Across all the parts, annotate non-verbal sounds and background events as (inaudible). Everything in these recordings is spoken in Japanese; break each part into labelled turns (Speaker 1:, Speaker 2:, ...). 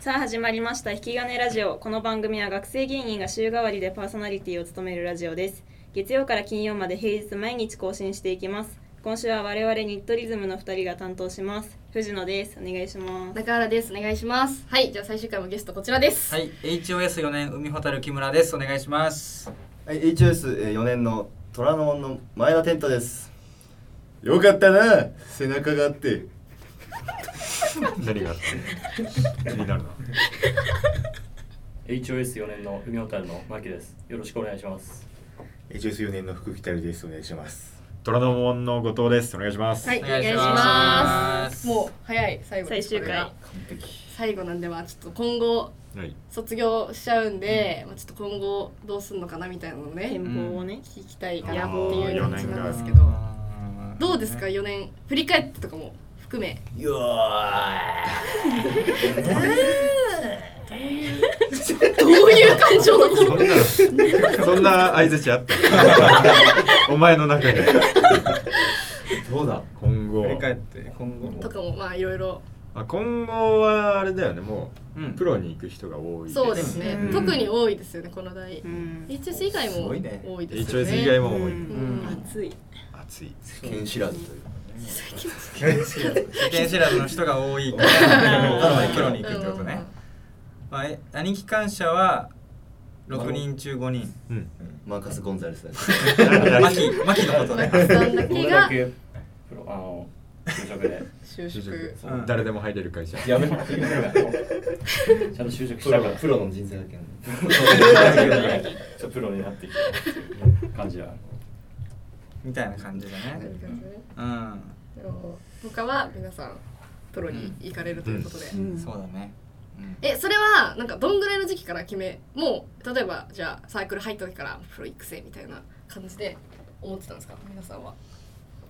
Speaker 1: さあ始まりました引き金ラジオこの番組は学生芸人が週替わりでパーソナリティを務めるラジオです月曜から金曜まで平日毎日更新していきます今週は我々ニットリズムの2人が担当します藤野ですお願いします
Speaker 2: 中原ですお願いしますはいじゃあ最終回もゲストこちらです、
Speaker 3: はい、HOS4 年海ほたる木村です。お願いします。
Speaker 4: はい、HOS4 年の虎ノ門の前田天斗ですよかったな背中があって
Speaker 5: (laughs) 何があって気になるな
Speaker 6: HOS4 年の海ほたるのマキです。よろしくお願いします。
Speaker 7: HOS4 年の福木たるですお願いします
Speaker 5: 虎ノ門の後藤ですお願いします、
Speaker 2: はい
Speaker 3: お
Speaker 2: お
Speaker 3: 願
Speaker 2: 願
Speaker 3: い
Speaker 2: い
Speaker 3: し
Speaker 2: し
Speaker 3: ま
Speaker 2: ますすもう早い最後
Speaker 1: 最終
Speaker 2: これ
Speaker 1: 回
Speaker 2: が
Speaker 7: 完璧
Speaker 2: 最後なんでまあちょっと今後
Speaker 5: はい
Speaker 2: 卒業しちゃうんで、まあちょっと今後どうすんのかなみたいなのをね、
Speaker 1: 展望をね、
Speaker 2: 聞きたいかなっていう
Speaker 5: 野望
Speaker 2: 感じなんですけ
Speaker 5: 四
Speaker 2: ど
Speaker 5: 年が
Speaker 2: どうですか4年振り返ってとかも含め
Speaker 7: よー
Speaker 2: (laughs) どういう感情なの
Speaker 5: そんな相槌あったお前の中で
Speaker 7: どうだ
Speaker 5: 今後
Speaker 3: 振り返って、今後
Speaker 2: とかもまあいろいろ
Speaker 5: あ今後はあれだよねも
Speaker 3: う
Speaker 5: うプロに行く人が多い
Speaker 2: そうですね、
Speaker 1: うん
Speaker 2: 特に多いですよねこの代、
Speaker 1: うん、
Speaker 2: HS 以外
Speaker 7: す
Speaker 2: も
Speaker 7: ごいね
Speaker 2: 多いですよね
Speaker 5: HOS 以外
Speaker 1: う
Speaker 5: も多い、
Speaker 1: ん、
Speaker 2: うん
Speaker 1: 暑い
Speaker 5: 熱い
Speaker 7: 世間知らずという
Speaker 3: 世間知らずの人が (laughs) 多いから、プロに行くってこと
Speaker 2: うん
Speaker 3: ね。まあ、え兄貴感謝は6人中5人。
Speaker 5: うん
Speaker 4: マーカス・ゴンザレ
Speaker 7: (laughs)
Speaker 4: スだね
Speaker 3: マキ、マキのことね。
Speaker 2: 松さんだけ
Speaker 6: 僕だ
Speaker 2: が
Speaker 6: けプロあの就職で
Speaker 2: 就
Speaker 5: 就
Speaker 2: 職
Speaker 5: 職
Speaker 3: うん
Speaker 5: 誰でも入れる会社
Speaker 6: やめろって言うからちゃんと就職したから
Speaker 7: プロの人材だけど
Speaker 6: そうプロになってきたっていう感じは
Speaker 3: みたいな感じだね。う
Speaker 2: でも他は皆さんプロに行かれるということで、
Speaker 1: うん
Speaker 3: ん、そうだね。うん
Speaker 2: えそれはなんかどんぐらいの時期から決めもう例えばじゃあサークル入った時からプロ育成みたいな感じで思ってたんですか皆さんは、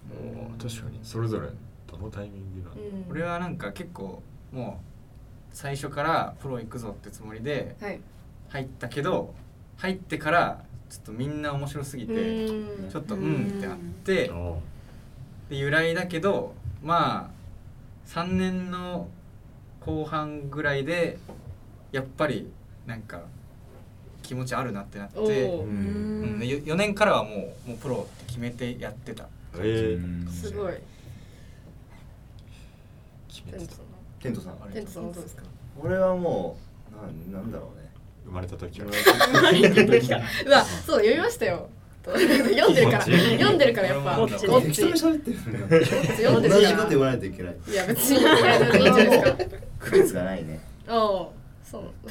Speaker 5: もう確かにそれぞれどのタイミングなの
Speaker 3: 俺はなんか結構、もう最初からプロ行くぞってつもりで
Speaker 2: はい
Speaker 3: 入ったけど、入ってからちょっとみんな面白すぎて、
Speaker 2: うん
Speaker 3: ちょっとうんってなって、
Speaker 5: あ
Speaker 3: で由来だけどまあ3年の後半ぐらいでやっぱりなんか気持ちあるなってなって、
Speaker 2: お
Speaker 5: あう
Speaker 2: ー
Speaker 5: ん
Speaker 3: うん、でよ4年からはもうもうプロって決めてやってた
Speaker 5: えー、
Speaker 2: すごい
Speaker 5: 決
Speaker 2: テ
Speaker 5: め
Speaker 2: ン
Speaker 5: て
Speaker 2: トさ
Speaker 5: た
Speaker 2: ん
Speaker 4: 天斗さん
Speaker 2: はテントさんはどうですか
Speaker 4: 俺はもうなんなんだろうね
Speaker 5: 生まれた時は
Speaker 2: うわそうだ読みましたよ読んでるから
Speaker 5: こっち
Speaker 2: 読んでるからやっぱこ
Speaker 3: こっ
Speaker 2: っ
Speaker 3: ち
Speaker 2: ち
Speaker 3: こ
Speaker 4: 適当に喋ってるね
Speaker 2: 読
Speaker 4: 同
Speaker 2: ん
Speaker 4: じ
Speaker 2: で
Speaker 4: こ
Speaker 2: る
Speaker 4: と
Speaker 2: から
Speaker 4: 言わないといけない
Speaker 2: いや別に (laughs) いや別にいいじゃないですか
Speaker 4: 区別がないね
Speaker 2: おお、そう。 (laughs)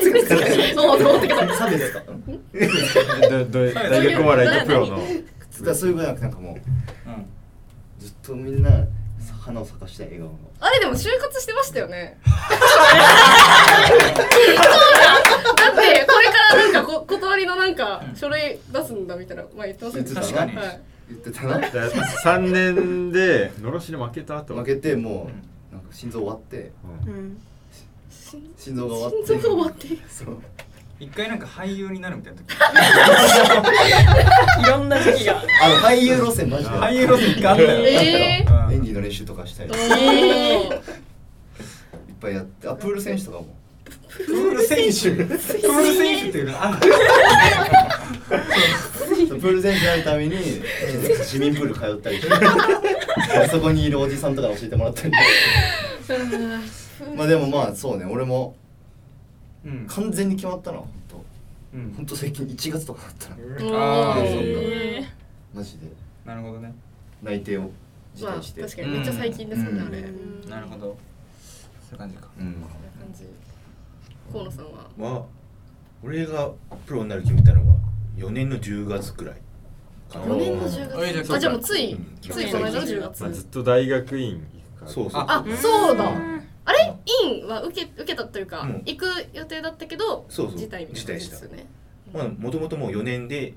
Speaker 2: 区別がつかない。おお、と思ってか。
Speaker 4: 差別か
Speaker 5: どど大学お笑いとプロの
Speaker 4: だからそういうことじゃなくてなんかも
Speaker 3: うん
Speaker 4: うずっとみんな花を咲かしたい笑顔の
Speaker 2: あれでも就活してましたよね。そうなん。だってこれからなんかこ断りのなんか書類出すんだみたいな前言ってませんでした。
Speaker 3: 確かに
Speaker 2: はい。
Speaker 4: 言ってたな
Speaker 5: 3年でのろしに負けた後
Speaker 4: 負けてもうなんか心臓終わって
Speaker 5: うん
Speaker 2: 心
Speaker 4: 心臓が終わって
Speaker 2: 臓が終わって。
Speaker 4: そう
Speaker 3: 一回なんか俳優になるみたいな時
Speaker 1: いろんな時期が
Speaker 4: あの俳優路線マジで
Speaker 3: 俳優ロス一回あったよ、
Speaker 2: え
Speaker 3: うん
Speaker 4: 演技の練習とかしたりい
Speaker 2: お
Speaker 4: っ
Speaker 2: ー
Speaker 4: ぱいやってあプール選手とかも
Speaker 3: プール選手プール選手っていうのあんの
Speaker 4: プール選手になるために市民プール通った
Speaker 2: (laughs)
Speaker 4: りしてそこにいるおじさんとか教えてもらったりまあでもまあそうね俺も
Speaker 3: うん
Speaker 4: 完全に決まったのは本
Speaker 3: う
Speaker 4: 当本
Speaker 3: ん
Speaker 4: 当最近1月とかだったの
Speaker 3: あ
Speaker 2: お
Speaker 3: ー
Speaker 2: ー
Speaker 4: マジで
Speaker 3: なるほどね
Speaker 4: 内定を辞
Speaker 2: まあ
Speaker 4: 退して、
Speaker 2: 確かにめっちゃ最近ですもんね
Speaker 4: うん
Speaker 2: あれ。
Speaker 1: うん
Speaker 3: なるほどそういう感じか
Speaker 7: うん
Speaker 2: こんな感じ。河野さんは。
Speaker 7: まあ俺がプロになる決めたのは4年の10月くらいかな
Speaker 2: 4年の
Speaker 3: おー
Speaker 2: 10月。あじゃあもうつい
Speaker 7: うん
Speaker 2: ついこの間の10月
Speaker 5: まあ、。ずっと大学院行くから
Speaker 7: そうそう
Speaker 2: あそうだ。あれ
Speaker 7: う
Speaker 2: インは受け受けたというか、
Speaker 7: うん
Speaker 2: 行く予定だったけど
Speaker 7: そうそう
Speaker 2: 辞退みたいな感じですよね。
Speaker 7: まあもともともう4年で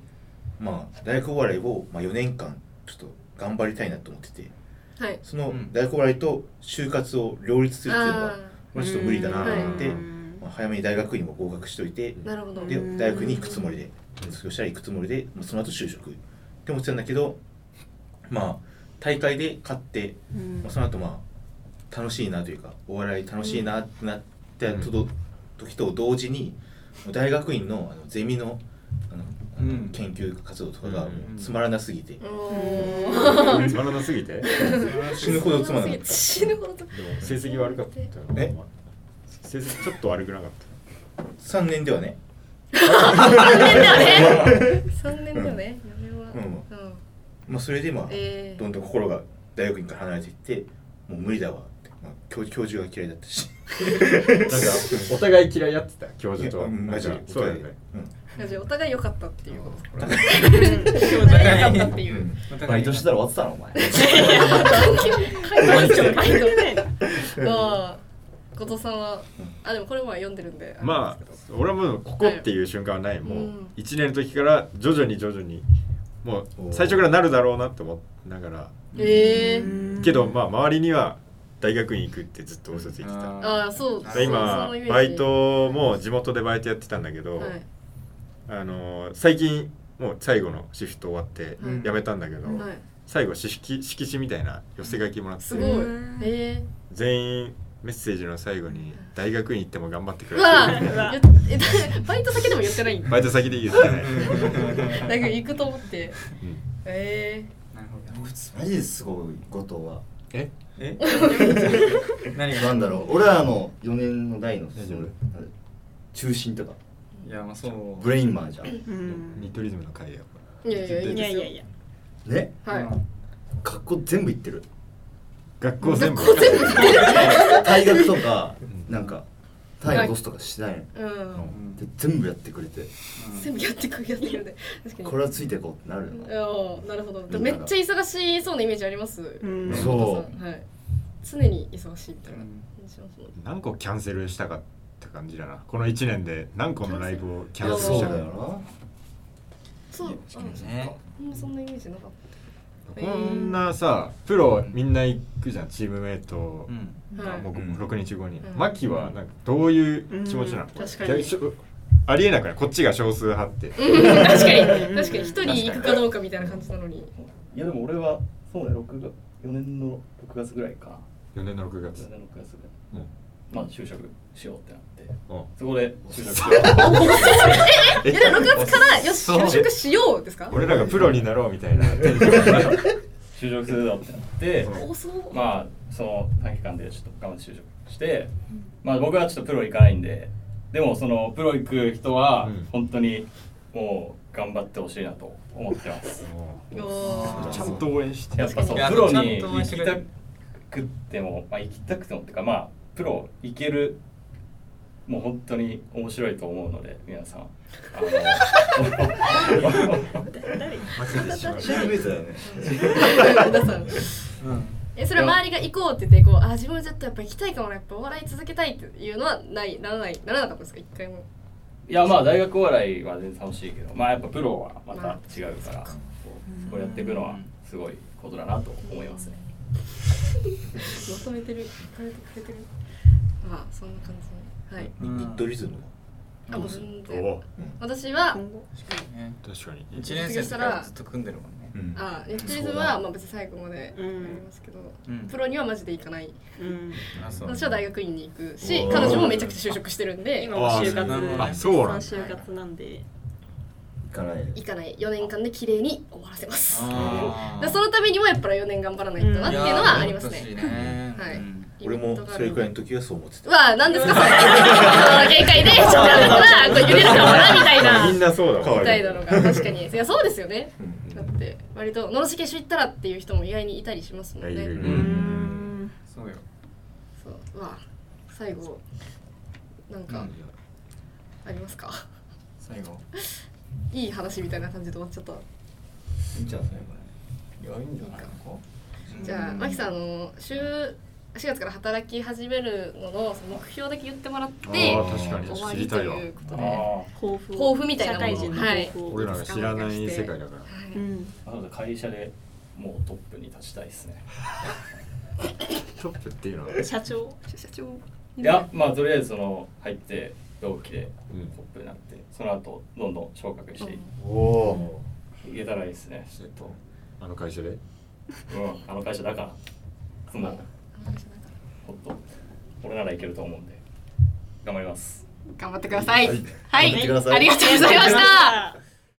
Speaker 7: まあ大学お笑いを、まあ、4年間ちょっと頑張りたいなと思ってて
Speaker 2: はい。
Speaker 7: その
Speaker 3: うん
Speaker 7: 大学お笑いと就活を両立するっていうのは
Speaker 2: あ
Speaker 7: まあ、ちょっと無理だなと思って、
Speaker 1: うん
Speaker 7: まあ、早めに大学院も合格しておいて
Speaker 2: あなるほど。
Speaker 7: で
Speaker 1: うん
Speaker 7: 大学に行くつもりで卒業したら行くつもりで、まあ、その後就職って思ってたんだけどまあ大会で勝って、
Speaker 1: うん
Speaker 7: まあ、その後まあ楽しいなというかお笑い楽しいなってなってたとど時と同時に大学院のあのゼミのあのあの
Speaker 3: うん
Speaker 7: 研究活動とかが
Speaker 5: う
Speaker 3: う
Speaker 5: ん
Speaker 3: ん
Speaker 7: つまらなすぎて、
Speaker 5: つまらなすぎて。
Speaker 7: 死ぬほどつまらなかった
Speaker 2: 死ぬほどつま
Speaker 5: でも成績悪かった。
Speaker 7: え
Speaker 5: 成績ちょっと悪くなかっ
Speaker 7: 3年ではね
Speaker 2: 三年だよね。やめは。
Speaker 7: うん
Speaker 2: うん。
Speaker 7: まあ、それでまあ、
Speaker 2: え
Speaker 7: どんどん心が大学院から離れていってもう無理だわって、まあ、教教授が嫌いだったし
Speaker 5: た。なんかお互い嫌いやってた教授と。
Speaker 7: うんマジで
Speaker 5: そうだよね。
Speaker 2: え。じゃあお互い良かったっていうことですか。
Speaker 1: お
Speaker 2: (laughs) お互い良
Speaker 1: 互い
Speaker 2: かったって
Speaker 7: う
Speaker 2: い
Speaker 7: ん、う
Speaker 2: う。
Speaker 7: ん
Speaker 4: バイトしてたら終わってたのお前
Speaker 2: 関係ない
Speaker 1: 関係ないの
Speaker 2: まあ後藤さんはあでもこれまあ読んでるんで。
Speaker 5: まあ俺はもうここっていう瞬間はない、も
Speaker 2: う
Speaker 5: うん1年の時から徐々に徐々にもう最初からなるだろうなって思いながら
Speaker 2: ええ。
Speaker 5: けどまあ周りには大学院行くってずっと嘘ついてた
Speaker 2: ああそう。
Speaker 5: で今
Speaker 2: そう
Speaker 5: バイ。トも地元でバイトやってたんだけ
Speaker 2: そ
Speaker 5: ど、
Speaker 2: のイメージはい。
Speaker 5: あのー最近もう最後のシフト終わって
Speaker 2: うん
Speaker 5: 辞めたんだけど、
Speaker 2: はい。
Speaker 5: 最後色色紙みたいな寄せ書きもらっ
Speaker 2: す
Speaker 5: て
Speaker 2: ごい。ええ。
Speaker 5: 全員メッセージの最後に「大学院行っても頑張ってく
Speaker 2: う
Speaker 5: れ」
Speaker 2: わ
Speaker 5: って
Speaker 2: あ。言っえだバイト先でも言ってないんだ。
Speaker 5: バイト先で言ってない
Speaker 2: なんか行くと思って。え
Speaker 3: なるほど
Speaker 4: マジですごい後藤は
Speaker 5: え
Speaker 3: え (laughs)
Speaker 4: 何なんだろう俺らの4年の代の
Speaker 5: 大丈夫
Speaker 4: 中心とか
Speaker 3: いやまあそう
Speaker 4: ブレインマーじゃん
Speaker 1: うん
Speaker 5: ニトリズムの会や
Speaker 2: え。いやいやいい
Speaker 1: いや
Speaker 2: です
Speaker 1: い
Speaker 2: よ
Speaker 1: や。いや
Speaker 4: ね
Speaker 2: はい。
Speaker 4: 学校全部行ってる
Speaker 5: 学校全部
Speaker 4: 大学とかなんか単位落とすとかしないの
Speaker 2: うん。
Speaker 3: うん
Speaker 4: で全部やってくれて
Speaker 2: 全部やってくやってるね。確かに。
Speaker 4: これはついてこうってなるよ
Speaker 2: あ
Speaker 4: な
Speaker 2: あ、なるほど。めっちゃ忙しそうなイメージあります。
Speaker 1: うん
Speaker 4: そう
Speaker 2: う。はい。常に忙しいみたいな
Speaker 3: うん
Speaker 2: 感じしますもんね。
Speaker 5: 何個キャンセルしたかって感じだなこの1年で何個のライブをキ
Speaker 4: い
Speaker 5: ャ
Speaker 4: や
Speaker 5: ンセル
Speaker 4: そ
Speaker 5: し
Speaker 4: う
Speaker 5: た
Speaker 4: だ
Speaker 5: か
Speaker 4: よ
Speaker 2: そう。あ
Speaker 3: 確かにね
Speaker 2: そっかそんなイメージなかっ
Speaker 5: こんなさプロみんな行くじゃんチームメイト
Speaker 3: うん
Speaker 2: た。
Speaker 5: が
Speaker 2: は
Speaker 5: もう
Speaker 2: い。
Speaker 7: うん
Speaker 5: 6日後に
Speaker 2: うん
Speaker 5: マキはなんかどういう気持ちなの
Speaker 2: うん確かに
Speaker 5: しょありえなくないこっちが少数派って
Speaker 2: 確かに確かに一人行くかどうかみたいな感じなのに。
Speaker 6: いやでも俺はそうね6月4年の6月ぐらいかな
Speaker 5: 4年の6
Speaker 6: 4
Speaker 5: 月
Speaker 6: 年の6月ぐらい
Speaker 5: うん
Speaker 6: まあ就職しようってなって
Speaker 5: うん
Speaker 6: そこで就職し (laughs) よう
Speaker 2: え、で6月からよし就職しようですか？
Speaker 5: 俺らがプロになろうみたいなテンション
Speaker 6: 就職するぞってなって
Speaker 2: 多そう。
Speaker 6: まあその短期間でちょっと頑張って就職して、まあ僕はちょっとプロ行かないんででもそのプロ行く人は
Speaker 5: うん
Speaker 6: 本当にもう頑張ってほしいなと思っ
Speaker 3: (laughs)
Speaker 6: てます、
Speaker 2: あ
Speaker 5: ちゃんと応援して
Speaker 6: やっぱそう
Speaker 3: いや
Speaker 6: プロ
Speaker 3: ちゃん
Speaker 6: に
Speaker 3: と
Speaker 6: 行
Speaker 3: 応援
Speaker 6: き
Speaker 3: してく
Speaker 6: た
Speaker 3: れる
Speaker 6: くっても、まあ、行きたくてもっていうかまあプロ行けるもう本当に面白いと思うので皆さんあ (laughs) の
Speaker 4: なチームメイトだよね
Speaker 2: あ。皆さん。
Speaker 3: うん
Speaker 2: えそれは周りが行こうって言ってこうあ自分ちょっとやっぱ行きたいかもなやっぱお笑い続けたいっていうのはないならないならなかったですか一回も
Speaker 6: いやまあ大学お笑いは全然楽しいけどまあやっぱプロはまた違うから、こうやっていくのはすごいことだなと思いますね
Speaker 2: まとめてるまとめてくれてるまあそんな感じはい
Speaker 7: ニニットリズム
Speaker 2: あもう全
Speaker 5: お
Speaker 2: 然
Speaker 5: う
Speaker 2: 私は
Speaker 3: ね
Speaker 5: 確かに
Speaker 3: 一年生からずっと組んでるもんね
Speaker 7: が、うん、
Speaker 2: あネットリズムはまあ別に最後まで
Speaker 1: う
Speaker 2: やり
Speaker 1: ん
Speaker 2: ますけど、
Speaker 3: うん
Speaker 2: プロにはマジで行かない
Speaker 1: うん
Speaker 3: あそう
Speaker 2: 私は大学院に行くし
Speaker 7: おー
Speaker 2: 彼女もめちゃくちゃ就職してるんで
Speaker 1: 今も就活
Speaker 3: あ
Speaker 5: そうなんだ
Speaker 1: 絶賛就活なんで
Speaker 4: 行かない
Speaker 2: 行かない4年間で綺麗に終わらせます
Speaker 3: あー
Speaker 2: でそのためにもやっぱり4年頑張らないとなっていうのはありますね、
Speaker 3: いやー本当
Speaker 2: はい
Speaker 3: うん
Speaker 7: 俺もそれくらいの時はそう思ってた
Speaker 2: うわあ、なんですか、それ。その限界で、ちょっとやったら、こう、揺れるかもな、み
Speaker 5: (laughs)
Speaker 2: たいな。
Speaker 5: みんなそうだ
Speaker 7: 変
Speaker 2: み
Speaker 5: わ
Speaker 7: わる
Speaker 2: たいなのが、確かに。いや、そうですよね。
Speaker 7: うんうん
Speaker 2: だって、割と、のろし決勝行ったらっていう人も意外にいたりしますもん
Speaker 5: いやいるい
Speaker 2: ね。
Speaker 1: う
Speaker 5: る
Speaker 1: ん
Speaker 3: そうよ
Speaker 2: そう、うわあ、最後、なんか、ありますか
Speaker 3: 最後
Speaker 2: いい話みたいな感じで終わっちゃった。
Speaker 4: いいんじゃないこれいやいいんじゃない
Speaker 2: じゃあ、まきさん、あの、週、4月から働き始めるののその目標だけ言ってもらって、
Speaker 5: あ
Speaker 2: 終
Speaker 5: ー確かに
Speaker 2: わ
Speaker 5: 知
Speaker 2: り
Speaker 5: り
Speaker 2: と
Speaker 5: たいわ
Speaker 2: いうことで。は
Speaker 6: あ
Speaker 1: 抱負を
Speaker 2: 抱負みたいな
Speaker 1: 社会人の抱負を
Speaker 5: 俺らが知らない世界だから
Speaker 2: い
Speaker 1: うん
Speaker 6: あなので会社でもうトップに立ちたいですね
Speaker 5: トップっていうのは
Speaker 1: 社長
Speaker 2: 社長。
Speaker 6: いやまあとりあえずその入って同期で
Speaker 5: うん
Speaker 6: トップになってその後どんどん昇格して
Speaker 4: おお
Speaker 6: いけたらいいですねちょっと、
Speaker 5: あの会社で
Speaker 6: うん、あの会社だからいつも
Speaker 2: あの話なんか
Speaker 6: ほっと俺ならいけると思うんで
Speaker 8: 頑張ります
Speaker 4: 頑張ってください。
Speaker 6: は
Speaker 4: はいい、
Speaker 6: 頑張ってください
Speaker 4: ありがとうございました。